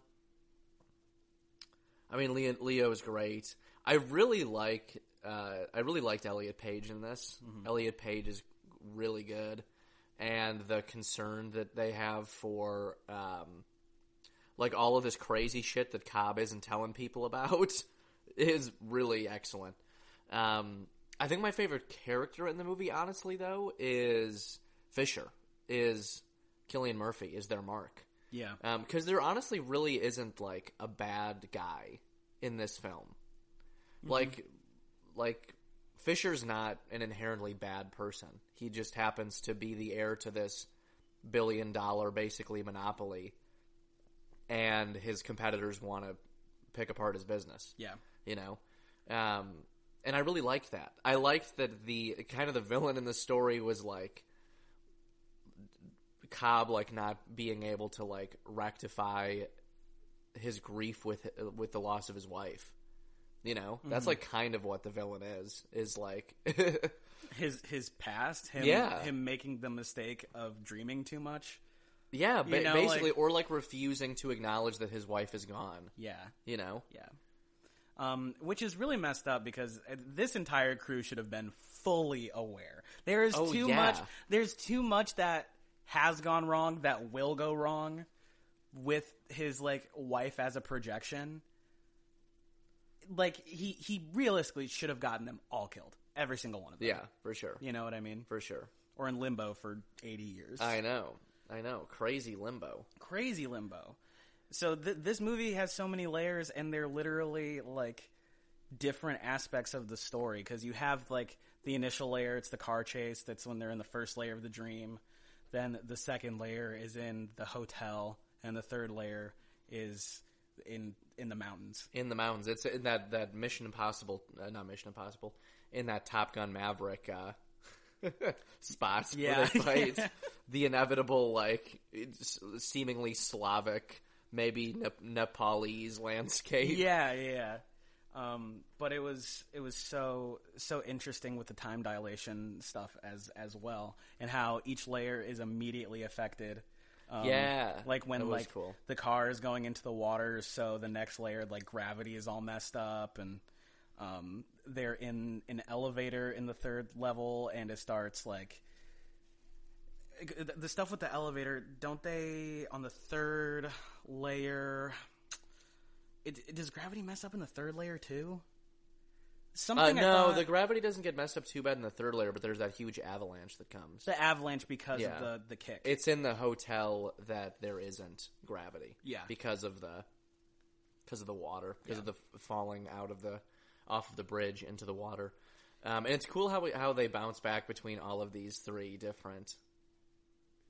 I mean Leo, Leo is great. I really like, uh, I really liked Elliot Page in this. Elliot Page is really good, and the concern that they have for, um, like all of this crazy shit that Cobb isn't telling people about is really excellent. Um, I think my favorite character in the movie, honestly, though, is Fisher. Is Killian Murphy is their mark Yeah. because there honestly really isn't like a bad guy in this film. Like, like Fisher's not an inherently bad person. He just happens to be the heir to this billion dollar basically monopoly, and his competitors want to pick apart his business Yeah. you know um and i really liked that i liked that the kind of the villain in the story was like cobb like not being able to like rectify his grief with with the loss of his wife you know that's Mm-hmm. like kind of what the villain is is like His his past, him Yeah. him making the mistake of dreaming too much. yeah ba- You know, basically like- or like refusing to acknowledge that his wife is gone Yeah. you know Yeah. um, which is really messed up because uh, this entire crew should have been fully aware. There is Oh, too yeah. much. There's too much that has gone wrong, that will go wrong, with his like wife as a projection. Like he he realistically should have gotten them all killed, every single one of them. Yeah, for sure. You know what I mean? For sure. Or in limbo for eighty years. I know. I know. Crazy limbo. crazy limbo. So th- this movie has so many layers, and they're literally like different aspects of the story because you have like the initial layer, it's the car chase. That's when they're in the first layer of the dream. Then the second layer is in the hotel, and the third layer is in in the mountains. in the mountains. It's in that that Mission Impossible, uh, not Mission Impossible, in that Top Gun Maverick uh, spot Yeah. where they fight the inevitable, like it's seemingly Slavic, maybe ne- Nepalese landscape. Yeah, yeah. yeah. Um, but it was it was so so interesting with the time dilation stuff as as well, and how each layer is immediately affected. Um, Yeah, like that when was like cool. the car is going into the water, so the next layer like gravity is all messed up, and um, they're in an elevator in the third level, and it starts like the stuff with the elevator. Don't they on the third layer? It, it- does gravity mess up in the third layer too? Something Uh, I no, thought- the gravity doesn't get messed up too bad in the third layer, but there's that huge avalanche that comes. the avalanche because Yeah. of the the kick. It's in the hotel that there isn't gravity. Yeah. because of the because of the water, because of the f- falling out of the off of the bridge into the water. Um, and it's cool how we, how they bounce back between all of these three different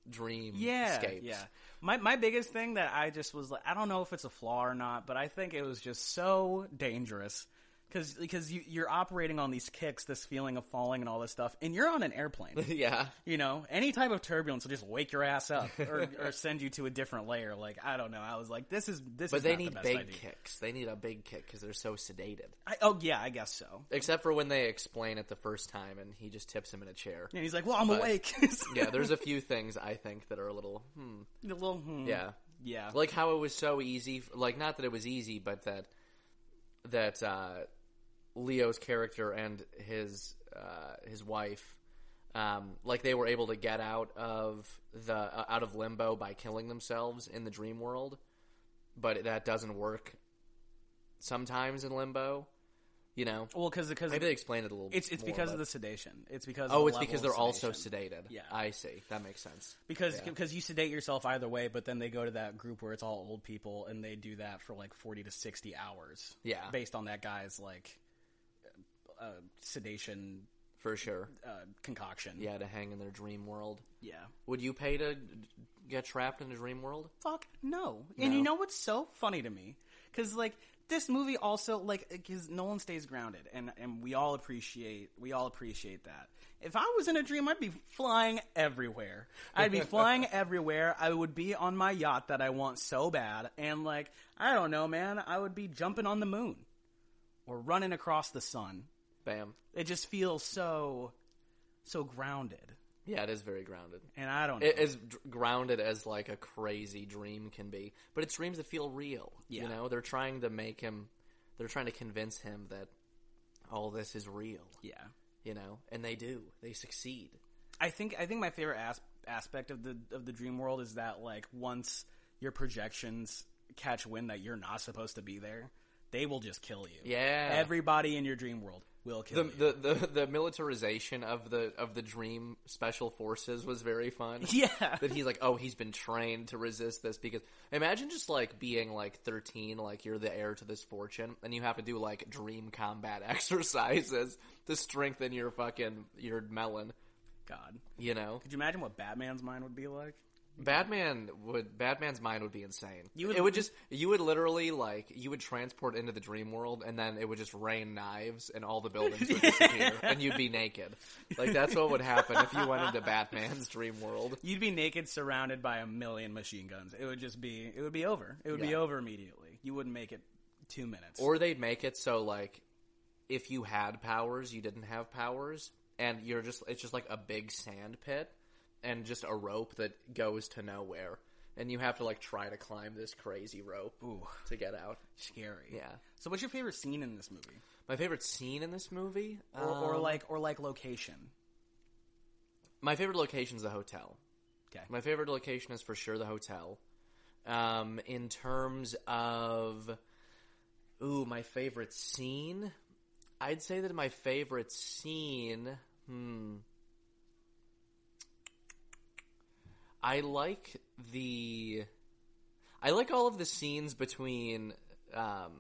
dream yeah, scapes. yeah. My my biggest thing that I just was like, I don't know if it's a flaw or not, but I think it was just so dangerous because because you, you're operating on these kicks, this feeling of falling and all this stuff, and you're on an airplane. yeah. you know, any type of turbulence will just wake your ass up or, or send you to a different layer. Like I don't know. I was like, this is this. But is they not the need best big idea. kicks. They need a big kick because they're so sedated. I, oh yeah, I guess so. Except for when they explain it the first time, and he just tips him in a chair. And he's like, well, I'm awake. yeah, there's a few things I think that are a little hmm. a little. hmm, Yeah. yeah. like how it was so easy like not that it was easy but that that uh leo's character and his uh his wife um like they were able to get out of the uh, out of limbo by killing themselves in the dream world but that doesn't work sometimes in limbo you know Well, because because maybe they explain it a little it's it's more, because but- of the sedation. It's because oh of the it's level because of they're also sedation. sedated Yeah. i see that makes sense because because you sedate yourself either way, but then they go to that group where it's all old people and they do that for like forty to sixty hours. Yeah. based on that guy's like uh, sedation for sure uh, concoction. yeah to hang in their dream world yeah. Would you pay to get trapped in a dream world? fuck no. And you know what's so funny to me? Because like this movie also like because Nolan stays grounded, and and we all appreciate we all appreciate that. If I was in a dream, I'd be flying everywhere. I'd be flying everywhere. I would be on my yacht that I want so bad, and like I don't know, man, I would be jumping on the moon or running across the sun. Bam. It just feels so so grounded, Yeah, it is very grounded. and I don't know. It, as dr- grounded as like a crazy dream can be, but it's dreams that feel real. Yeah. You know, they're trying to make him. They're trying to convince him that all this is real. yeah. You know, and they do. They succeed. I think I think my favorite as- aspect of the of the dream world is that like once your projections catch wind that you're not supposed to be there, they will just kill you. Yeah. Everybody in your dream world will kill you. the, the, the, the militarization of the of the dream special forces was very fun. Yeah. that he's like, oh, he's been trained to resist this because imagine just like being like thirteen, like you're the heir to this fortune, and you have to do like dream combat exercises to strengthen your fucking your melon. God. You know, Could you imagine what Batman's mind would be like? Batman would Batman's mind would be insane. You would- it would just you would literally like you would transport into the dream world and then it would just rain knives and all the buildings would disappear and you'd be naked. Like that's what would happen if you went into Batman's dream world. You'd be naked surrounded by a million machine guns. It would just be it would be over. It would be Yeah. over immediately. You wouldn't make it 2 minutes. Or they'd make it so like if you had powers, you didn't have powers and you're just it's just like a big sand pit and just a rope that goes to nowhere. and you have to like try to climb this crazy rope Ooh, to get out. scary. Yeah. So, what's your favorite scene in this movie, My favorite scene in this movie, or, or um, like, or like location? my favorite location is the hotel. Okay. My favorite location is for sure the hotel. Um, in terms of, ooh, my favorite scene, I'd say that my favorite scene, hmm, I like the, I like all of the scenes between, um,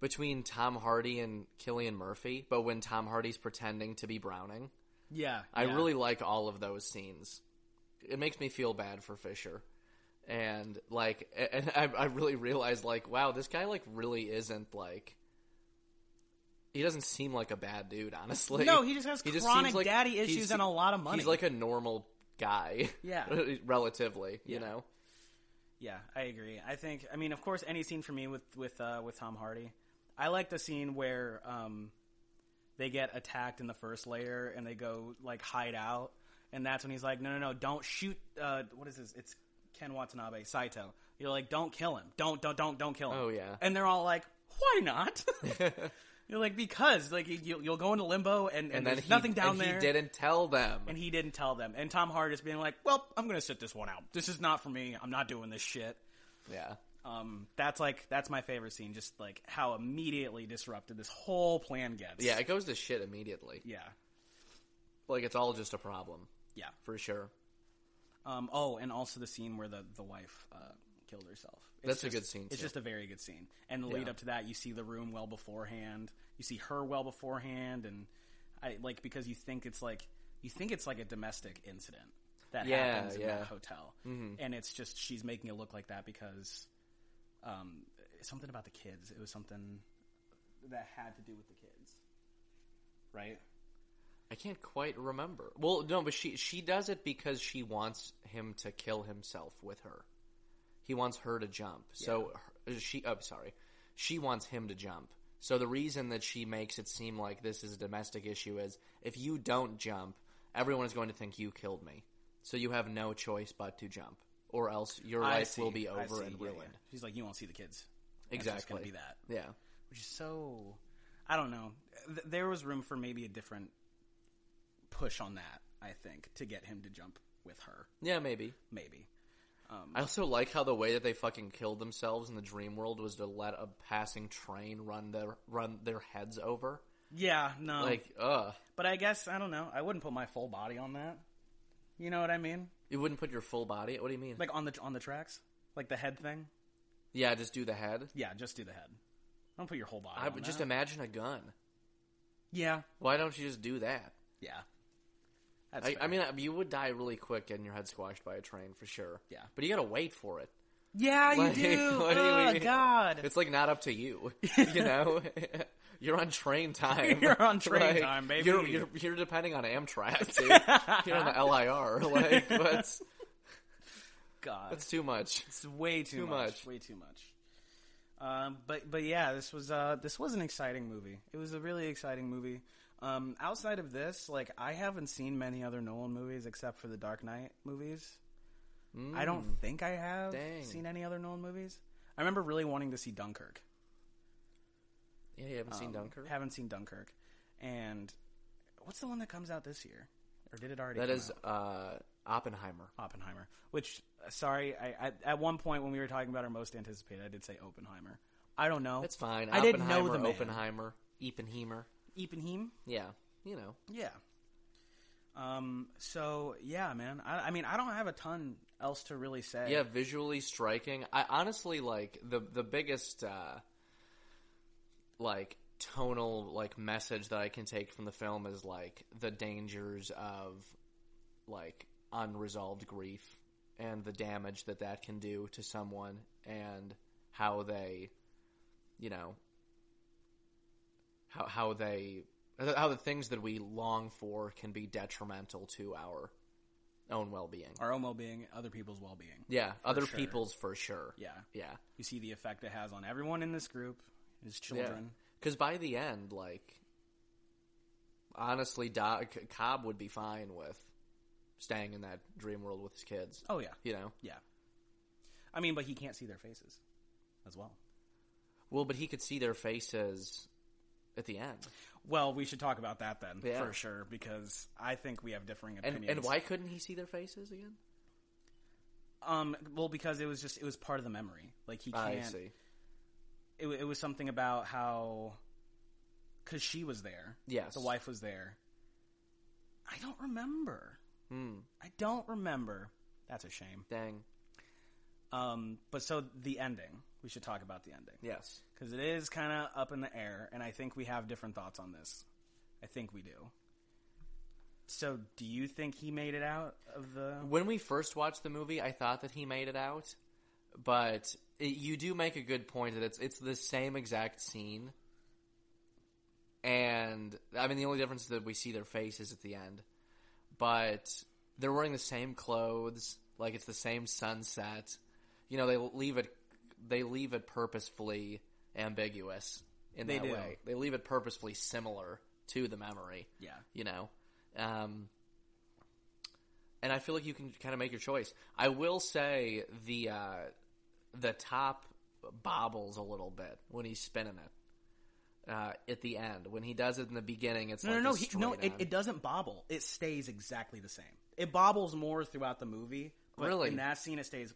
between Tom Hardy and Killian Murphy, but when Tom Hardy's pretending to be Browning. Yeah, I yeah. really like all of those scenes. It makes me feel bad for Fisher. And like and I I really realized like wow, this guy like really isn't like he doesn't seem like a bad dude, honestly. No, he just has He just chronic seems like- daddy he's- issues and a lot of money. He's like a normal guy. Yeah. relatively, you know. Yeah, I agree. I think I mean, of course, any scene for me with with uh, with Tom Hardy. I like the scene where um, they get attacked in the first layer and they go like hide out, and that's when he's like, "No, no, no! Don't shoot!" Uh, what is this? It's Ken Watanabe, Saito. You're like, "Don't kill him! Don't, don't, don't, don't kill him!" Oh, yeah. and they're all like, "Why not?" You're like, "Because like you, you'll go into limbo and, and, And then there's he, nothing down and there." He didn't tell them. and he didn't tell them. And Tom Hardy is being like, "Well, I'm gonna sit this one out. This is not for me. I'm not doing this shit." yeah. Um, that's like that's my favorite scene. Just like how immediately disrupted this whole plan gets. Yeah, it goes to shit immediately. yeah, Like it's all just a problem, yeah. for sure. Um, oh, and also the scene where the the wife uh, killed herself. It's That's a just- good scene, It's too. just a very good scene. And the lead Yeah. up to that, you see the room well beforehand. You see her well beforehand, and I like because you think it's like you think it's like a domestic incident that Yeah, happens in yeah. Mm-hmm. that hotel, and it's just she's making it look like that because um, something about the kids. It was something that had to do with the kids, right? I can't quite remember. Well, no, but she she does it because she wants him to kill himself with her. He wants her to jump. So her, she, oh, sorry, she wants him to jump. So the reason that she makes it seem like this is a domestic issue is if you don't jump, everyone is going to think you killed me. So you have no choice but to jump, or else your I life see, will be I over see, and yeah, yeah. ruined. She's like, you won't see the kids. It's Exactly. gonna be that. Yeah. which is so I don't know. Th- There was room for maybe a different push on that, I think, to get him to jump with her, Yeah, maybe. maybe. I also like how the way that they fucking killed themselves in the dream world was to let a passing train run their run their heads over. Yeah, no. Like, ugh. but I guess I don't know. I wouldn't put my full body on that. You know what I mean? You wouldn't put your full body. What do you mean? Like on the on the tracks, like the head thing. yeah, just do the head. Yeah, just do the head. Don't put your whole body. I on would just that. imagine a gun. yeah, Why don't you just do that? yeah. That's I, fair. I mean, you would die really quick getting your head squashed by a train for sure. Yeah. but you gotta wait for it. yeah, you Like, do. what do you Ugh, mean? God, It's like not up to you. You know, you're on train time. You're on train time, baby. You're, you're you're depending on Amtrak. Dude. you're on the LIR. Like, that's God. that's too much. It's way too, much. much. Way too much. Um, but but yeah, this was uh, this was an exciting movie. It was a really exciting movie. Um, outside of this, like I haven't seen many other Nolan movies except for the Dark Knight movies. I don't think I have Hmm. Dang. seen any other Nolan movies. I remember really wanting to see Dunkirk. Yeah, you haven't Um, seen Dunker. Haven't seen Dunkirk. And what's the one that comes out this year? Or did it already? That come is out? uh, Oppenheimer. Oppenheimer. Which uh, sorry, I, I at one point when we were talking about our most anticipated, I did say Oppenheimer. I don't know. That's fine. I didn't know Oppenheimer, the man. Oppenheimer, Oppenheimer. Oppenheim. Yeah, you know. Yeah. Um. So yeah, man. I, I mean, I don't have a ton else to really say. Yeah, visually striking. I honestly like the the biggest uh like tonal like message that I can take from the film is like the dangers of like unresolved grief and the damage that that can do to someone and how they you know how how they how the things that we long for can be detrimental to our own well-being. Our own well-being, other people's well-being. Yeah, other sure. people's for sure. Yeah. Yeah. You see the effect it has on everyone in this group, his children. Because by the end, like, honestly, Do- C- Cobb would be fine with staying in that dream world with his kids. Oh yeah, You know? yeah. I mean, but he can't see their faces, as well. Well, but he could see their faces at the end. Well, we should talk about that then Yeah. for sure because I think we have differing And, opinions. and why couldn't he see their faces again? Um, well, because it was just it was part of the memory. Like he can't. I see. It, wa- it was something about how, because she was there. Yes. the wife was there. I don't remember. Hmm. I don't remember. That's a shame. Dang. Um, but so the ending. We should talk about the ending Yes. because it is kind of up in the air, and I think we have different thoughts on this. I think we do. So, do you think he made it out of the? When we first watched the movie, I thought that he made it out, but it, you do make a good point that it's it's the same exact scene, and I mean the only difference is that we see their faces at the end, but they're wearing the same clothes, like it's the same sunset. You know, they leave it they leave it purposefully ambiguous in They that do. way. They leave it purposefully similar to the memory Yeah. you know um and i feel like you can kind of make your choice i will say the uh the top bobbles a little bit when he's spinning it uh at the end when he does it in the beginning it's No, like no, no, a he, no. straight It, on. it doesn't bobble. It stays exactly the same. It bobbles more throughout the movie. But Really? In that scene, it stays.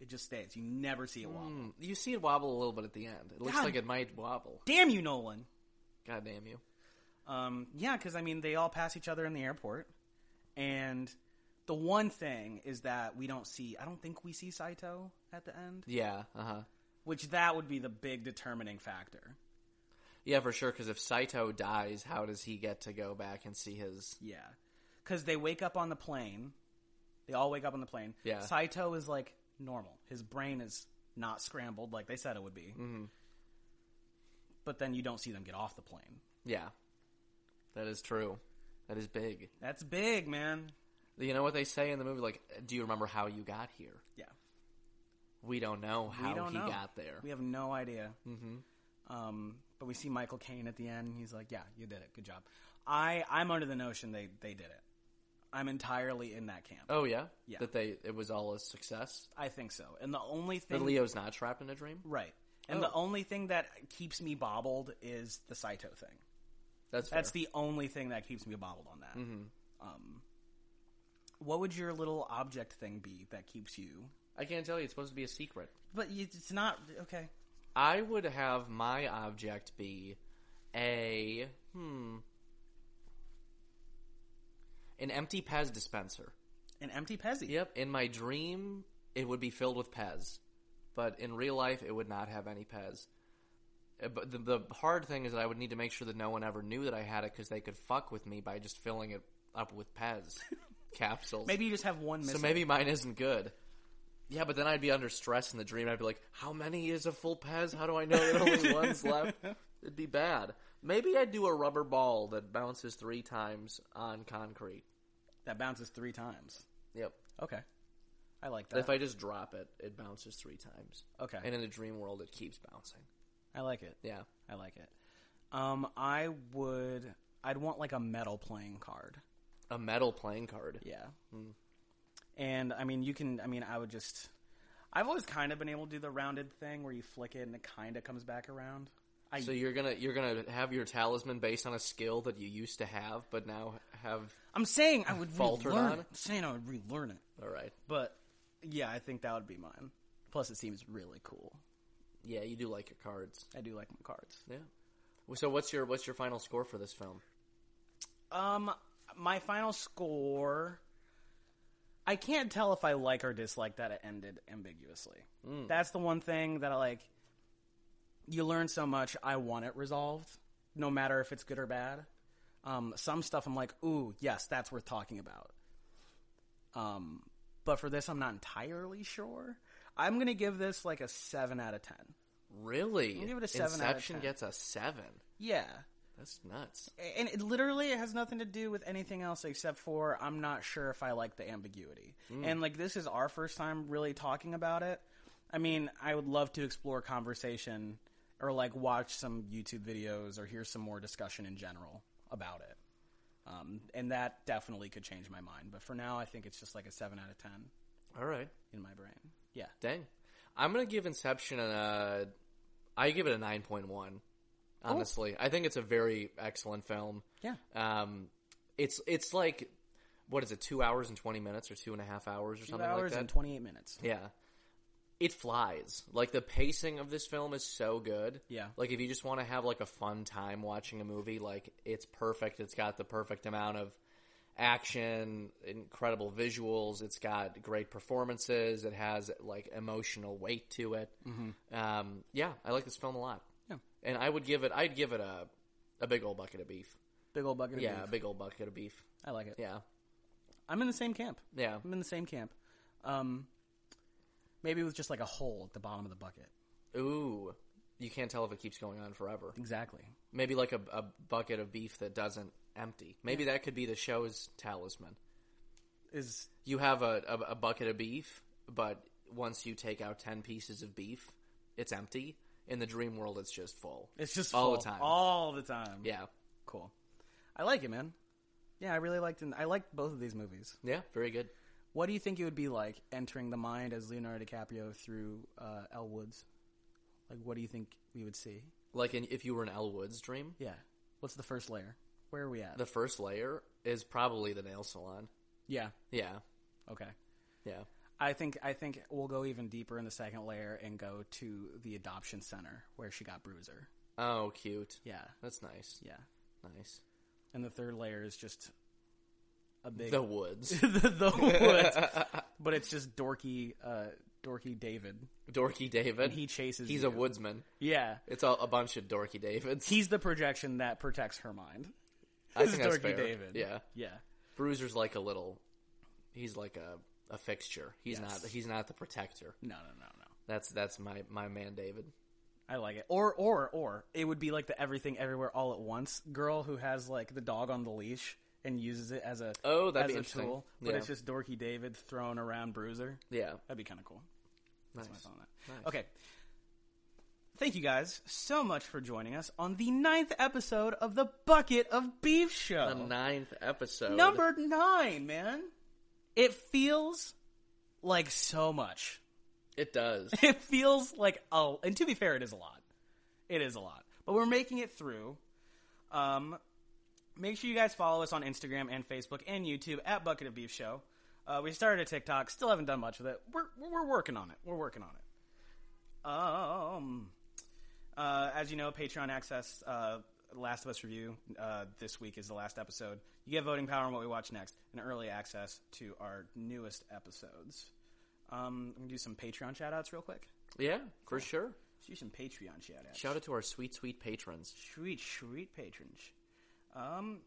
It just stays. You never see it wobble. Mm, you see it wobble a little bit at the end it looks God. like it might wobble Damn you, Nolan. god damn you Um, yeah, because I mean, they all pass each other in the airport, and the one thing is that we don't see. I don't think we see Saito at the end, yeah uh-huh which that would be the big determining factor. yeah for sure because if saito dies how does he get to go back and see his Yeah, because they wake up on the plane. They all wake up on the plane. Yeah. Saito is like normal. His brain is not scrambled like they said it would be. Mm-hmm. But then you don't see them get off the plane. yeah that is true that is big That's big, man. You know what they say in the movie? Like, do you remember how you got here? Yeah. We don't know We how don't he know. got there. We have no idea. Mm-hmm. Um, but we see Michael Caine at the end. And he's like, "Yeah, you did it. Good job." I I'm under the notion they they did it. I'm entirely in that camp. Oh yeah, Yeah. That they it was all a success. I think so. And the only That thing, Leo's not trapped in a dream. right? And Oh. the only thing that keeps me bobbled is the Saito thing. That's fair. That's the only thing that keeps me bobbled on that. Mm-hmm. Um, what would your little object thing be that keeps you? I can't tell you. It's supposed to be a secret. But you- it's not okay. I would have my object be a hmm an empty Pez dispenser. An empty Pezzy. Yep. In my dream, it would be filled with Pez, but in real life, it would not have any Pez. Uh, But the, the hard thing is that I would need to make sure that no one ever knew that I had it because they could fuck with me by just filling it up with Pez capsules. Maybe you just have one missing. so maybe mine isn't good. Yeah, but then I'd be under stress in the dream. I'd be like, "How many is a full Pez? How do I know that only one's left?" It'd be bad. Maybe I'd do a rubber ball that bounces three times on concrete. that bounces three times. Yep. Okay. I like If that. I just drop it, it bounces three times. okay. And in the dream world, it keeps bouncing. I like it. Yeah. I like it. Um, I would. I'd want like a metal playing card. A metal playing card. Yeah. Hmm. And I mean, you can. I mean, I would just. I've always kind of been able to do the rounded thing where you flick it and it kind of comes back around. I So you're gonna you're gonna have your talisman based on a skill that you used to have, but now have. I'm saying I would Faltered relearn on it. I'm saying I would relearn it. All right. But yeah, I think that would be mine. Plus, it seems really cool. Yeah, you do like your cards. I do like my cards. Yeah. So what's your what's your final score for this film? Um, my final score. I can't tell if I like or dislike that it ended ambiguously. That's the one thing that I like. You learn so much. I want it resolved, no matter if it's good or bad. Um, some stuff I'm like, ooh, yes, that's worth talking about. Um, but for this, I'm not entirely sure. I'm gonna give this like a seven out of ten. Really? give it a seven out of Inception 10. gets a seven. Yeah, That's nuts. and it literally it has nothing to do with anything else except for I'm not sure if I like the ambiguity. Mm. And like this is our first time really talking about it. I mean, I would love to explore conversation or like watch some YouTube videos or hear some more discussion in general about it. Um, and that definitely could change my mind. But for now, I think it's just like a 7 out of 10 All right. in my brain. Yeah. Dang. I'm gonna give Inception a. I give it a nine point one. Oh. Honestly, I think it's a very excellent film. Yeah. Um, it's it's like, what is it? Two hours and twenty minutes, or two and a half hours, or Two something hours like that. and 28 minutes. yeah. It flies. Like the pacing of this film is so good. Yeah. Like if you just want to have like a fun time watching a movie, like it's perfect. It's got the perfect amount of action, incredible visuals. It's got great performances. It has like emotional weight to it. Um, yeah, I like this film a lot. Mm-hmm. Yeah. And I would give it. I'd give it a a big old bucket of beef. Big old bucket of Yeah, beef. a big old bucket of beef. I like it. Yeah. I'm in the same camp. Yeah. I'm in the same camp. Um, maybe with just like a hole at the bottom of the bucket. Ooh. You can't tell if it keeps going on forever. Exactly. Maybe like a, a bucket of beef that doesn't empty. Maybe that could be the show's talisman. Is You have a, a, a bucket of beef, but once you take out 10 pieces of beef, it's empty. In the dream world, it's just full. it's just All the full. time. All the time. Yeah. Cool. I like it, man. Yeah, I really liked it. I liked both of these movies. Yeah. Very good. What do you think it would be like entering the mind as Leonardo DiCaprio through uh, Elle Woods? Like, what do you think we would see? Like in, if you were in Elwood's dream, Yeah. What's the first layer? Where are we at? the first layer is probably the nail salon. yeah. Yeah. Okay. Yeah. I think I think we'll go even deeper in the second layer and go to the adoption center where she got Bruiser. Oh, cute. Yeah. That's nice. Yeah. Nice. And the third layer is just a big The woods. the, the woods, but it's just dorky, uh, dorky David. Dorky David. He chases. He's you. a woodsman. yeah. It's a, a bunch of dorky Davids. He's the projection that protects her mind. I This think is that's fair. Dorky David. Yeah. Yeah, Bruiser's like a little. He's like a, a fixture. He's Yes. not. He's not the protector. no, no, no, no. That's that's my my man, David. I like it. Or, or, or it would be like the everything everywhere all at once girl who has like the dog on the leash and uses it as a Oh, that'd as be a interesting. tool. But Yeah. it's just dorky David thrown around Bruiser. Yeah. That'd be kind of cool. That's Nice. my thought on that. Nice. Okay. Thank you guys so much for joining us on the ninth episode of the Bucket of Beef Show. The ninth episode. Number nine, man. It feels like so much. It does. It feels like oh, and to be fair, it is a lot. It is a lot, but we're making it through. Um, make sure you guys follow us on Instagram and Facebook and YouTube at Bucket of Beef Show. Uh, we started a TikTok, still haven't done much with it. We're we're working on it. We're working on it. Um, uh, as you know, Patreon access. Uh, Last of Us review uh, this week is the last episode. You get voting power on what we watch next, and early access to our newest episodes. Um, I'm gonna do some Patreon shout outs real quick. yeah, for sure. Let's do some Patreon shout outs. Shout out to our sweet sweet patrons. Sweet, sweet patrons. Um,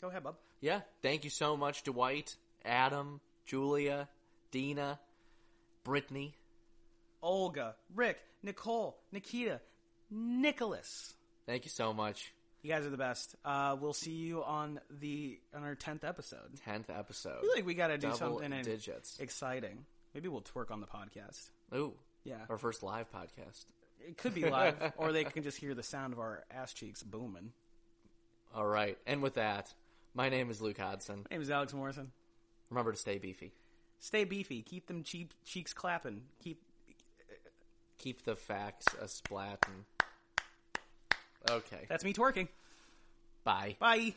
go ahead, Bob. Yeah, thank you so much, Dwight, Adam, Julia, Dina, Brittany, Olga, Rick, Nicole, Nikita, Nicholas. Thank you so much. You guys are the best. Uh, we'll see you on the on our tenth episode. Tenth episode. I feel like we got to do Double something in- digits. exciting. Maybe we'll twerk on the podcast. Ooh, Yeah, our first live podcast. it could be live, or they can just hear the sound of our ass cheeks booming. All right, and with that, my name is Luke Hodson. My name is Alex Morrison. Remember to stay beefy. Stay beefy. Keep them cheap cheeks clapping. Keep keep the facts a splat. Okay. That's me twerking. Bye. Bye.